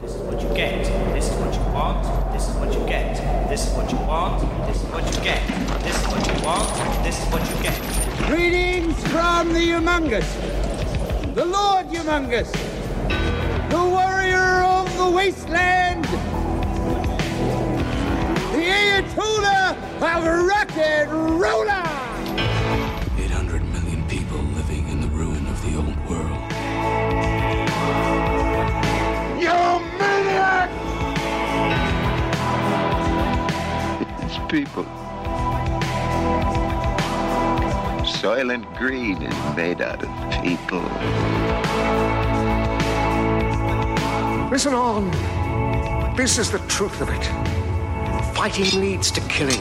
get. This is what you want. This is what you get. This is what you want. This is what you get. This is what you want. This is what you get. Greetings from the humongous, the Lord humongous, the warrior of the wasteland, the Ayatollah of rock and roller. 800 million people living in the ruin of the old world. It's people. Soylent Green is made out of people. Listen on. This is the truth of it. Fighting leads to killing,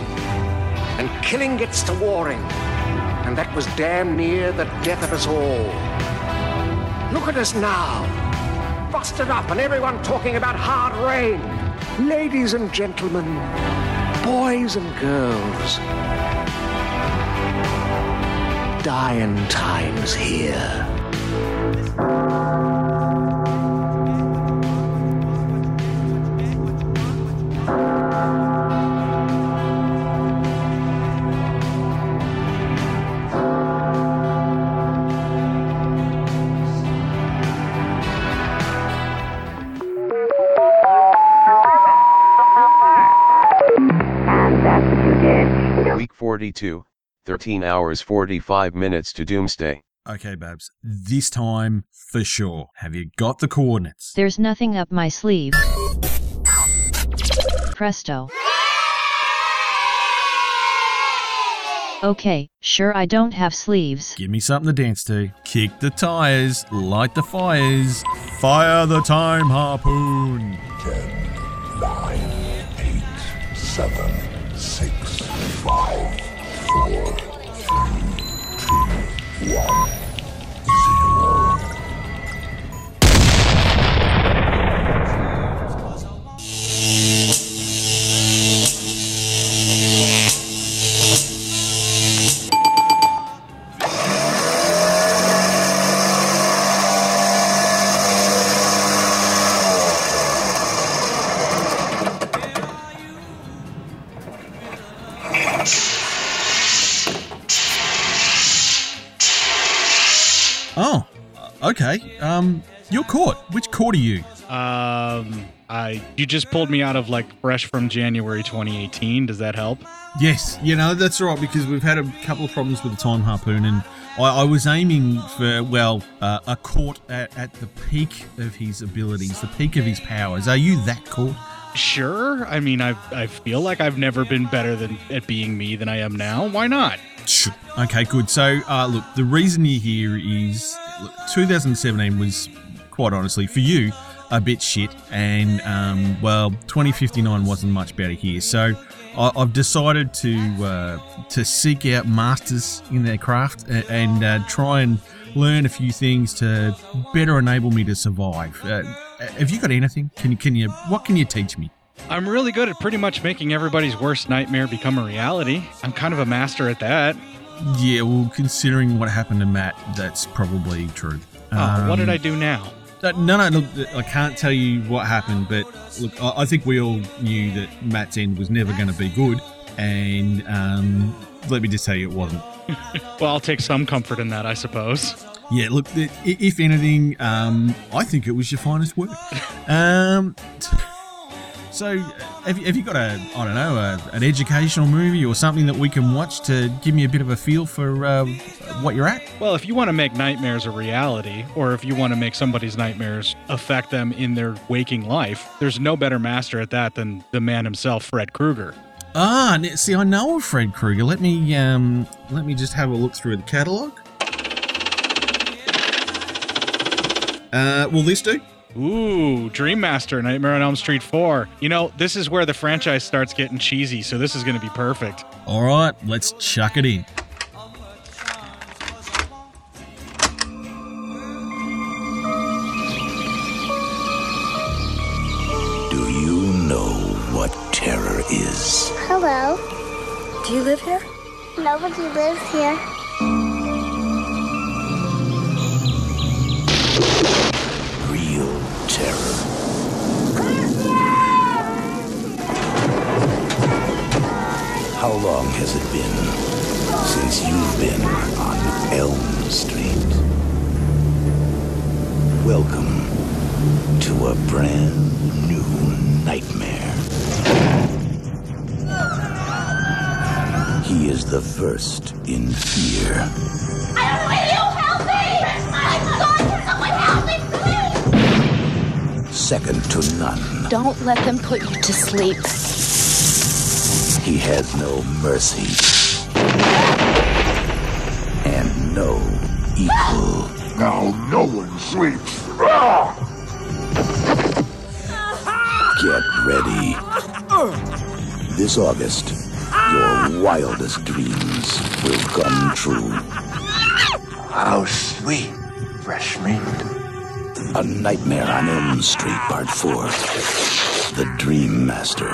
and killing gets to warring. And that was damn near the death of us all. Look at us now. Busted up and everyone talking about hard rain. Ladies and gentlemen, boys and girls. Dying times here. And that's what you did. Week 42, 13 hours 45 minutes to doomsday. Okay, Babs, this time for sure. Have you got the coordinates? There's nothing up my sleeve. Presto. Okay, sure I don't have sleeves. Give me something to dance to. Kick the tires, light the fires, fire the time harpoon. nine, eight, seven, six, five, four, three, two, one, zero. Oh, okay. Um, you're caught. Which court are you? Um, I you just pulled me out of like fresh from January 2018. Does that help? Yes, you know, that's right, because we've had a couple of problems with the time harpoon, and I, I was aiming for, well, uh, a court at, at the peak of his abilities, the peak of his powers. Are you that court? Sure. I mean, I I feel like I've never been better than at being me than I am now. Why not? Sure. Okay, good. So, uh, look, the reason you're here is look, 2017 was, quite honestly, for you, a bit shit, and um, well, 2059 wasn't much better here. So, I, I've decided to uh, to seek out masters in their craft and, and uh, try and learn a few things to better enable me to survive. Uh, have you got anything? Can you can you what can you teach me? I'm really good at pretty much making everybody's worst nightmare become a reality. I'm kind of a master at that. Yeah, well, considering what happened to Matt, that's probably true. Oh, what did Um, I do now? Uh, No, no, look, I can't tell you what happened, but look, I, I think we all knew that Matt's end was never going to be good, and um, let me just tell you, it wasn't. Well, I'll take some comfort in that, I suppose. Yeah, look, the, i- if anything, um, I think it was your finest work. Um, so, uh, have, you- have you got a, I don't know, a, an educational movie or something that we can watch to give me a bit of a feel for uh, what you're at? Well, if you want to make nightmares a reality, or if you want to make somebody's nightmares affect them in their waking life, there's no better master at that than the man himself, Fred Krueger. Ah, n- see, I know of Fred Krueger. Let me, um, let me just have a look through the catalogue. Uh, will this do? Ooh, Dream Master, Nightmare on Elm Street 4. You know, this is where the franchise starts getting cheesy, so this is going to be perfect. All right, let's chuck it in. Do you know what terror is? Hello. Do you live here? Nobody lives here. Real terror. has it been since you've been on Elm Street? Welcome to a brand new nightmare. He is the first in fear. Second to none, Don't let them put you to sleep. he has no mercy and no equal. Now no one sleeps. Get ready. This August, your wildest dreams will come true. How sweet, fresh meat. A Nightmare on Elm Street, Part 4. The Dream Master.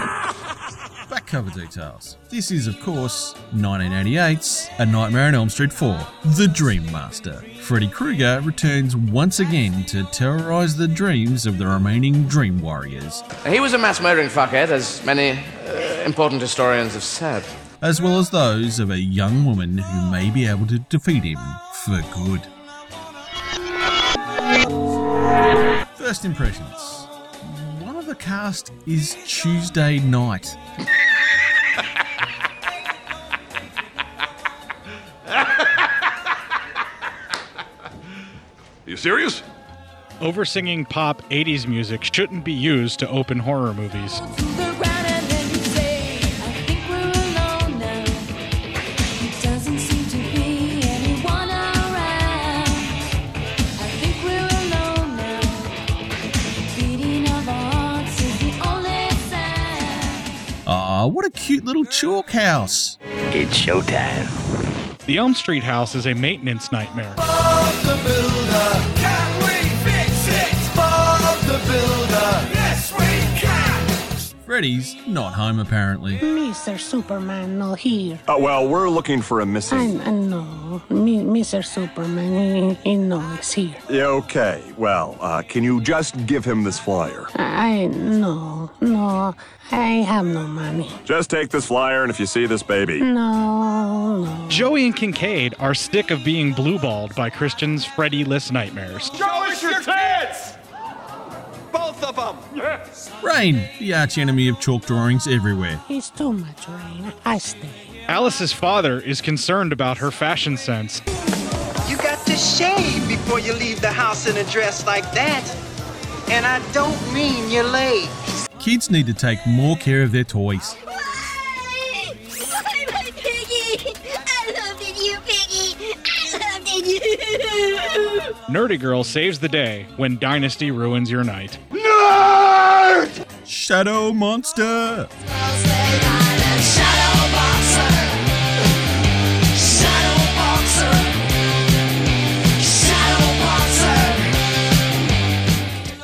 Back cover details. This is, of course, 1988's A Nightmare on Elm Street 4 The Dream Master. Freddy Krueger returns once again to terrorize the dreams of the remaining Dream Warriors, He was a mass murdering fuckhead, as many uh, important historians have said. as well as those of a young woman who may be able to defeat him for good. First impressions. One of the cast is Tuesday night. You serious? Over singing pop 80s music shouldn't be used to open horror movies. Ah, what a cute little chalk house. It's showtime. The Elm Street house is a maintenance nightmare. Freddy's not home apparently. Mr. Superman not here. Uh, well, we're looking for a missing. And, and no, me, Mr. Superman, he, he no is here. Yeah, okay. Well, uh, can you just give him this flyer? I no, no, I have no money. Just take this flyer, and if you see this baby. No, no. Joey and Kincaid are sick of being blueballed by Christian's Freddy list nightmares. Show us your tits! Both of them! Yes! Rain, the archenemy of chalk drawings everywhere. It's too much rain. I stay. Alice's father is concerned about her fashion sense. You got to shave before you leave the house in a dress like that. And I don't mean your legs. Kids need to take more care of their toys. Nerdy Girl saves the day when Dynasty ruins your night. Nerd! Shadow Monster!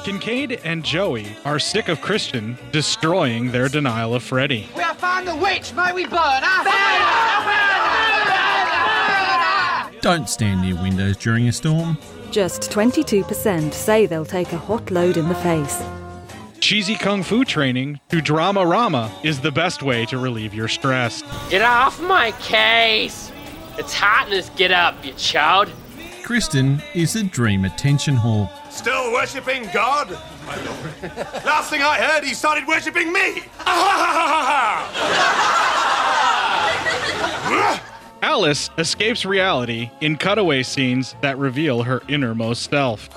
Kincaid and Joey are sick of Christian destroying their denial of Freddy. We have found the witch, may we burn her! Don't stand near windows during a storm. Just 22% say they'll take a hot load in the face. Cheesy kung fu training to drama rama is the best way to relieve your stress. Get off my case! It's hot in this get up, you child. Kristen is a dream attention whore. Still worshipping God? My lord. Last thing I heard, he started worshipping me! Alice escapes reality in cutaway scenes that reveal her innermost self.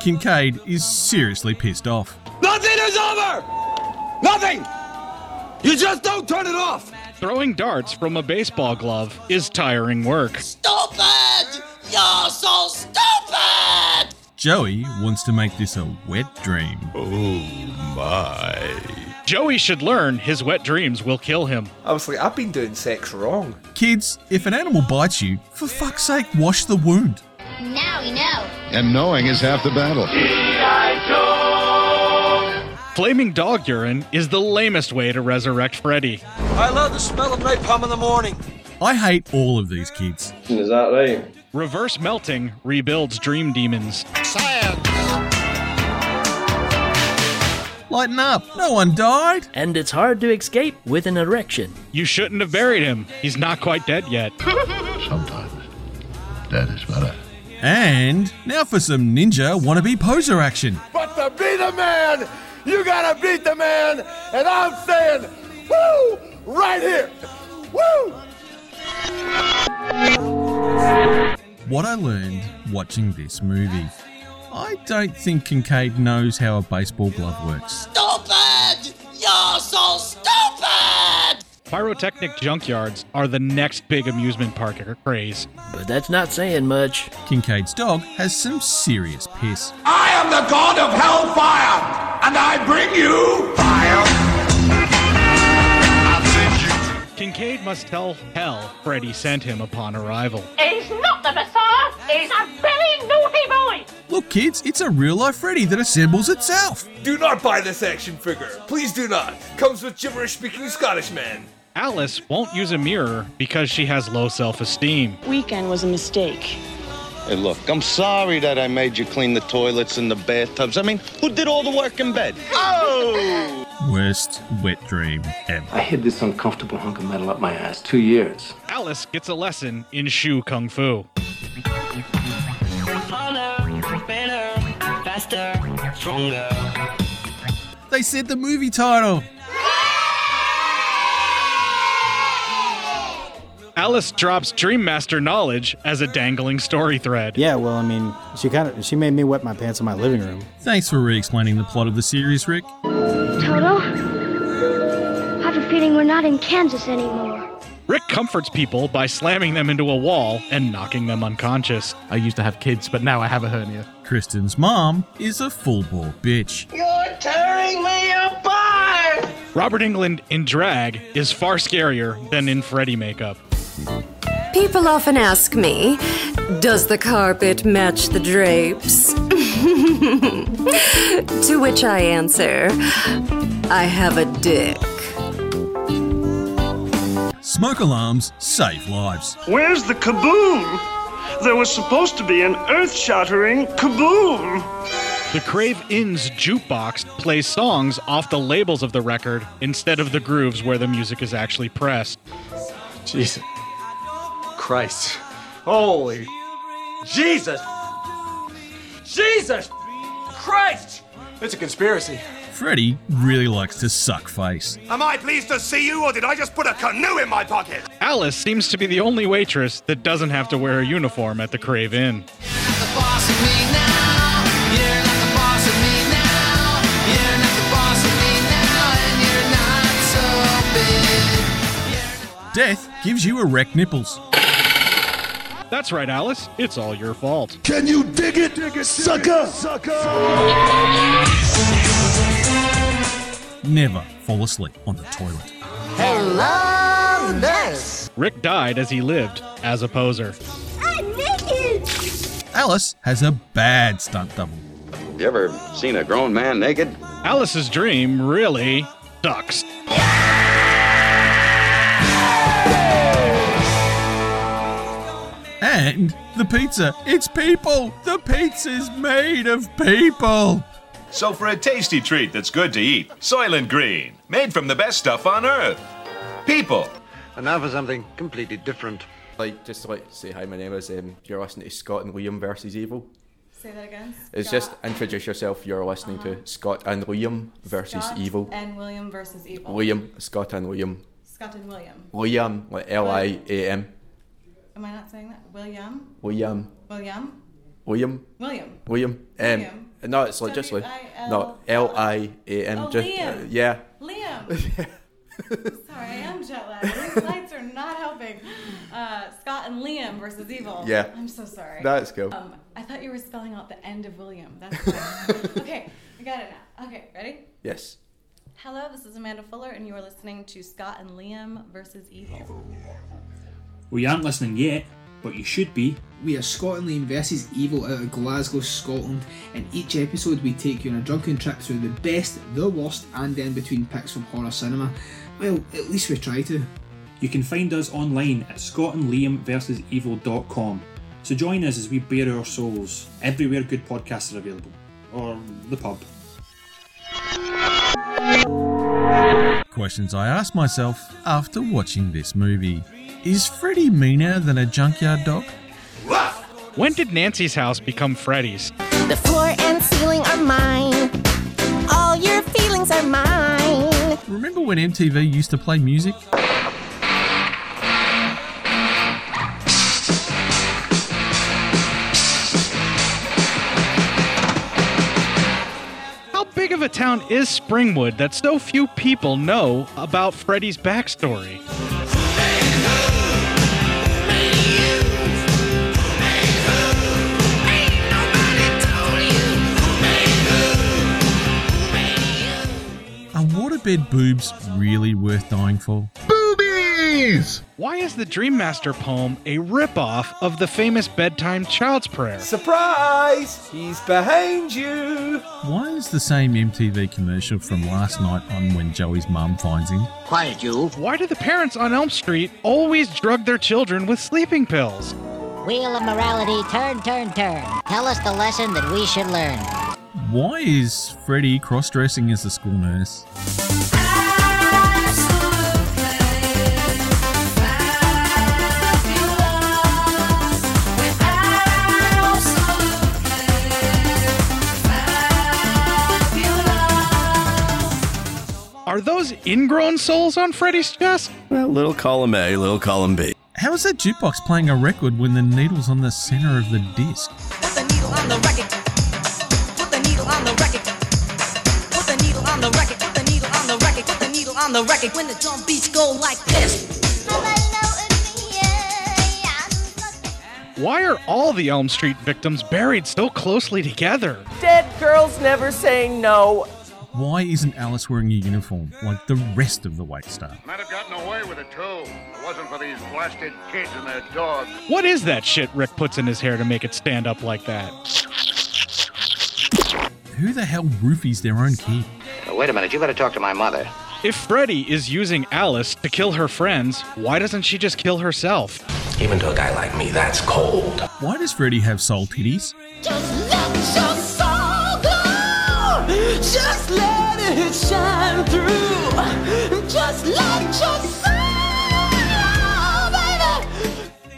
Kincaid is seriously pissed off. Nothing is over! Nothing! You just don't turn it off! Throwing darts from a baseball glove is tiring work. Stupid! You're so stupid! Joey wants to make this a wet dream. Oh my. Joey should learn his wet dreams will kill him. I was like, I've been doing sex wrong. Kids, if an animal bites you, for fuck's sake, wash the wound. Now we know. And knowing is half the battle. Flaming dog urine is the lamest way to resurrect Freddy. I love the smell of napalm in the morning. I hate all of these kids. Is that right? Reverse melting rebuilds dream demons. Lighten up. No one died. And it's hard to escape with an erection. You shouldn't have buried him. He's not quite dead yet. Sometimes dead is better. And now for some ninja wannabe poser action. But to be the man, you gotta beat the man, and I'm saying, woo, right here, woo. What I learned watching this movie. I don't think Kincaid knows how a baseball glove works. Stupid! You're so stupid! Pyrotechnic junkyards are the next big amusement park craze. But that's not saying much. Kincaid's dog has some serious piss. I am the god of hellfire, and I bring you fire. Kincaid must tell hell Freddy sent him upon arrival. He's not the Messiah, he's a very naughty boy. Look, kids, it's a real life Freddy that assembles itself. Do not buy this action figure. Please do not. Comes with gibberish speaking Scottish man. Alice won't use a mirror because she has low self esteem. Weekend was a mistake. Hey, look, I'm sorry that I made you clean the toilets and the bathtubs. I mean, who did all the work in bed? Oh! Worst wet dream ever. I hid this uncomfortable hunk of metal up my ass two years. Alice gets a lesson in shoe kung fu. Stronger. They said the movie title. Alice drops Dream Master knowledge as a dangling story thread. Yeah, well, I mean, she kind of she made me wet my pants in my living room. Thanks for re-explaining the plot of the series, Rick. Toto, I have a feeling we're not in Kansas anymore. Rick comforts people by slamming them into a wall and knocking them unconscious. I used to have kids, but now I have a hernia. Kristen's mom is a full bore bitch. You're tearing me apart! Robert England in drag is far scarier than in Freddy makeup. People often ask me, does the carpet match the drapes? to which I answer, I have a dick. Smoke alarms save lives. Where's the kaboom? There was supposed to be an earth shattering kaboom. The Crave Inn's jukebox plays songs off the labels of the record instead of the grooves where the music is actually pressed. Jesus. Christ. Holy. Jesus. Jesus Christ! It's a conspiracy. Freddy really likes to suck face. Am I pleased to see you, or did I just put a canoe in my pocket? Alice seems to be the only waitress that doesn't have to wear a uniform at the Crave Inn. Death gives you erect nipples. That's right, Alice. It's all your fault. Can you dig it, dig it sucker? sucker? never fall asleep on the toilet. Hello, nurse. Rick died as he lived, as a poser. I'm naked. Alice has a bad stunt double. You ever seen a grown man naked? Alice's dream really sucks. And the pizza. It's people. The pizza's made of people. So for a tasty treat that's good to eat, Soylent Green, made from the best stuff on earth. People. And now for something completely different. Like, just to like say hi, my name is, um, you're listening to Scott and Liam versus Evil. Say that again. It's Scott. just introduce yourself. You're listening uh-huh. to Scott and Liam versus Scott Evil. And William versus Evil. Liam, Scott and Liam. Scott and William. Liam, like L I A M. Am I not saying that? William. William. William. William. William. William. Um, William. No, it's like just like no L I A M. Just Oh, Liam. Uh, yeah. Liam. Sorry, I am jet lagged. These lights are not helping. Uh, Scott and Liam versus Evil. Yeah. I'm so sorry. That's cool. Um, I thought you were spelling out the end of William. That's fine. okay. I got it now. Okay, ready? Yes. Hello, this is Amanda Fuller, and you are listening to Scott and Liam versus Evil. Well, you aren't listening yet but you should be. We are Scotland Lane versus Evil out of Glasgow, Scotland, and each episode we take you on a drunken trip through the best, the worst, and in between picks from horror cinema. Well, at least we try to. You can find us online at scotlandliamversusevil.com. So join us as we bare our souls everywhere good podcasts are available, or the pub. questions I asked myself after watching this movie. Is Freddy meaner than a junkyard dog? When did Nancy's house become Freddy's? The floor and ceiling are mine. All your feelings are mine. Remember when MTV used to play music? How big of a town is Springwood that so few people know about Freddy's backstory? Are waterbed boobs really worth dying for? Boobies! Why is the Dream Master poem a ripoff of the famous bedtime child's prayer? Surprise! He's behind you! Why is the same MTV commercial from last night on when Joey's mum finds him? Quiet, you. Why do the parents on Elm Street always drug their children with sleeping pills? Wheel of morality, turn, turn, turn. Tell us the lesson that we should learn. Why is Freddy cross dressing as a school nurse? Are those ingrown souls on Freddy's chest? Well, little column A, little column B. How is that jukebox playing a record when the needle's on the center of the disc? Put the needle on the record. Put the needle on the record. Put the needle on the record. Put the needle on the record. Put the needle on the record. When the drum beats go like this. Why are all the Elm Street victims buried so closely together? Dead girls never saying no. Why isn't Alice wearing a uniform like the rest of the wait staff? Might have gotten away with it too. If it wasn't for these blasted kids and their dogs. What is that shit Rick puts in his hair to make it stand up like that? Who the hell roofies their own kid? Wait a minute, you better talk to my mother. If Freddy is using Alice to kill her friends, why doesn't she just kill herself? Even to a guy like me, that's cold. Why does Freddy have soul titties? Just let your soul go. Just let it shine through. Just let your soul, baby.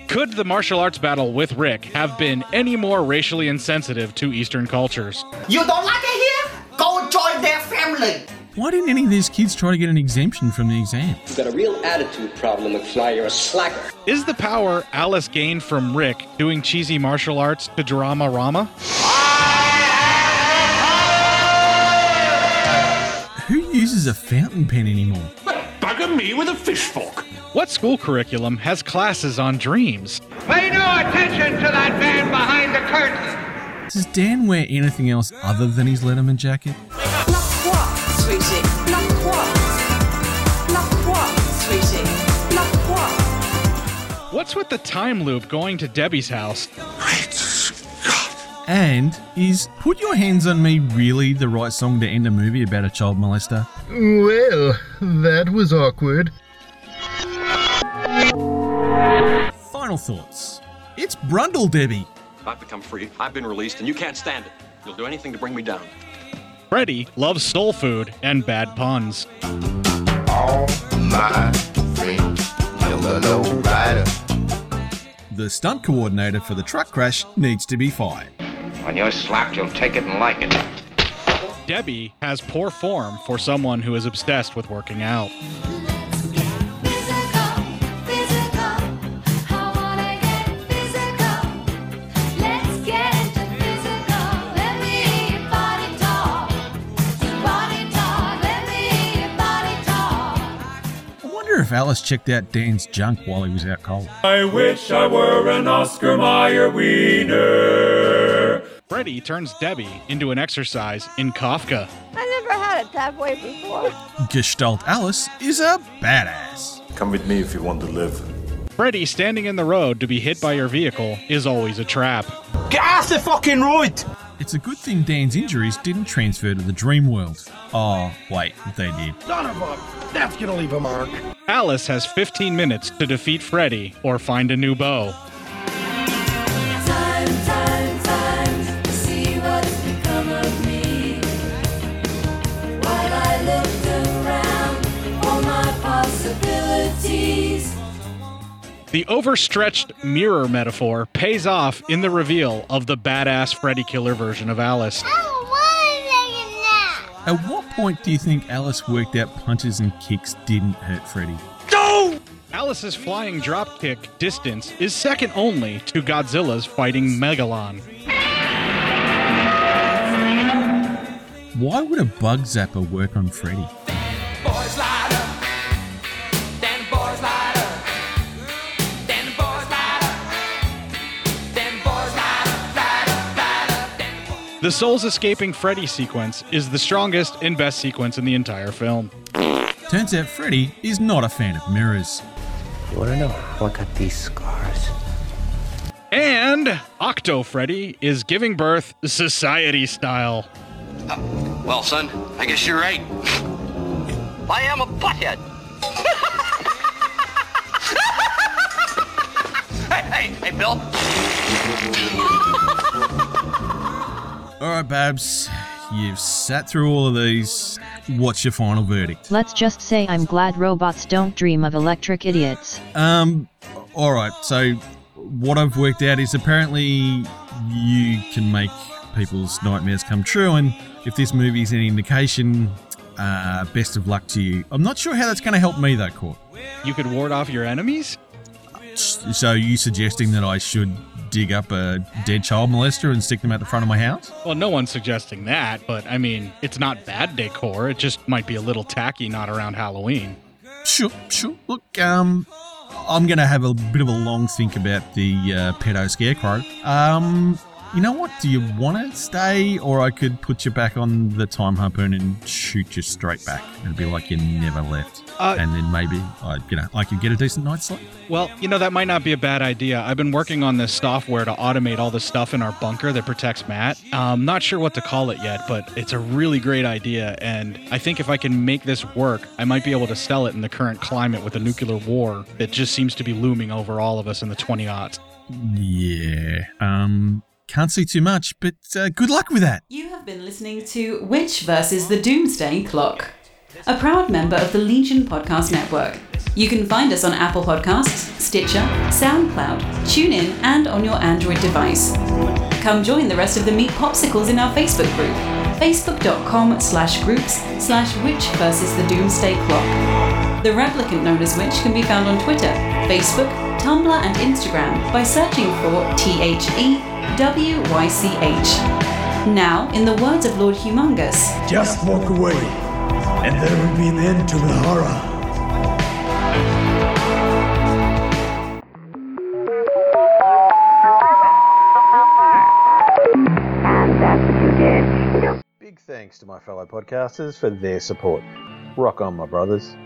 Could the martial arts battle with Rick have been any more racially insensitive to Eastern cultures? You don't like it here? Go join their family. Why didn't any of these kids try to get an exemption from the exam? You've got a real attitude problem, McFly. You're a slacker. Is the power Alice gained from Rick doing cheesy martial arts to drama Rama? Who uses a fountain pen anymore? Bugger me with a fish fork. What school curriculum has classes on dreams? Pay no attention to that man behind the curtain. Does Dan wear anything else other than his Letterman jacket? sweetie. La croix. La croix, sweetie. La croix. What's with the time loop going to Debbie's house? And is Put Your Hands on Me really the right song to end a movie about a child molester? Well, that was awkward. Final thoughts. It's Brundle Debbie. I've become free. I've been released, and you can't stand it. You'll do anything to bring me down. Freddy loves soul food and bad puns. All my friends, yellow rider. The stunt coordinator for the truck crash needs to be fired. When you're slapped, you'll take it and like it. Debbie has poor form for someone who is obsessed with working out. Physical, physical. I wanna get physical. Let's get into physical. Let me hear your body talk. Your body talk. Let me hear your body talk. I wonder if Alice checked out Dan's junk while he was out cold. I wish I were an Oscar Mayer wiener. Freddy turns Debbie into an exercise in Kafka. I never had it that way before. Gestalt Alice is a badass. Come with me if you want to live. Freddy standing in the road to be hit by your vehicle is always a trap. Get off the fucking road! It's a good thing Dan's injuries didn't transfer to the dream world. Oh, wait, they did. Son of a... That's gonna leave a mark. Alice has 15 minutes to defeat Freddy or find a new bow. Time, time, time to see what's become of me. While I looked around for The overstretched mirror metaphor pays off in the reveal of the badass Freddy Killer version of Alice. At what point do you think Alice worked out punches and kicks didn't hurt Freddy? No! Alice's flying dropkick distance is second only to Godzilla's fighting Megalon. Why would a bug zapper work on Freddy? Boys light up. Then boys light up. Then boys light up. Then boys light up, light up, light up. Then The Souls Escaping Freddy sequence is the strongest and best sequence in the entire film. Turns out Freddy is not a fan of mirrors. You wanna know? Look at these scars. And Octo Freddy is giving birth society style. Well, son, I guess you're right. I am a butthead. hey, hey, hey, Bill. All right, Babs, you've sat through all of these. What's your final verdict? Let's just say I'm glad robots don't dream of electric idiots. Um, all right. So, what I've worked out is apparently you can make people's nightmares come true, and if this movie is any indication, uh, best of luck to you. I'm not sure how that's going to help me though, Court. You could ward off your enemies? So, are you suggesting that I should dig up a dead child molester and stick them at the front of my house? Well, no one's suggesting that, but I mean, it's not bad decor. It just might be a little tacky not around Halloween. Sure, sure. Look, um, I'm going to have a bit of a long think about the uh, pedo scarecrow. Um, you know what? Do you want to stay, or I could put you back on the time harpoon and shoot you straight back? It'd be like you never left, Uh, and then maybe I, you know, I could get a decent night's sleep. Well, you know, that might not be a bad idea. I've been working on this software to automate all the stuff in our bunker that protects Matt. I'm not sure what to call it yet, but it's a really great idea. And I think if I can make this work, I might be able to sell it in the current climate with a nuclear war that just seems to be looming over all of us in the 20 aughts. Yeah. Um, can't see too much, but uh, good luck with that. You have been listening to Witch versus the Doomsday Clock, a proud member of the Legion Podcast Network. You can find us on Apple Podcasts, Stitcher, SoundCloud, TuneIn, and on your Android device. Come join the rest of the Meat Popsicles in our Facebook group, facebook.com slash groups slash witch versus the doomsday clock. The replicant known as Witch can be found on Twitter, Facebook, Tumblr, and Instagram by searching for E T-H-E-W-Y-C-H. Now, in the words of Lord Humongous, Just walk away, and there will be an end to the horror. Big thanks to my fellow podcasters for their support. Rock on, my brothers.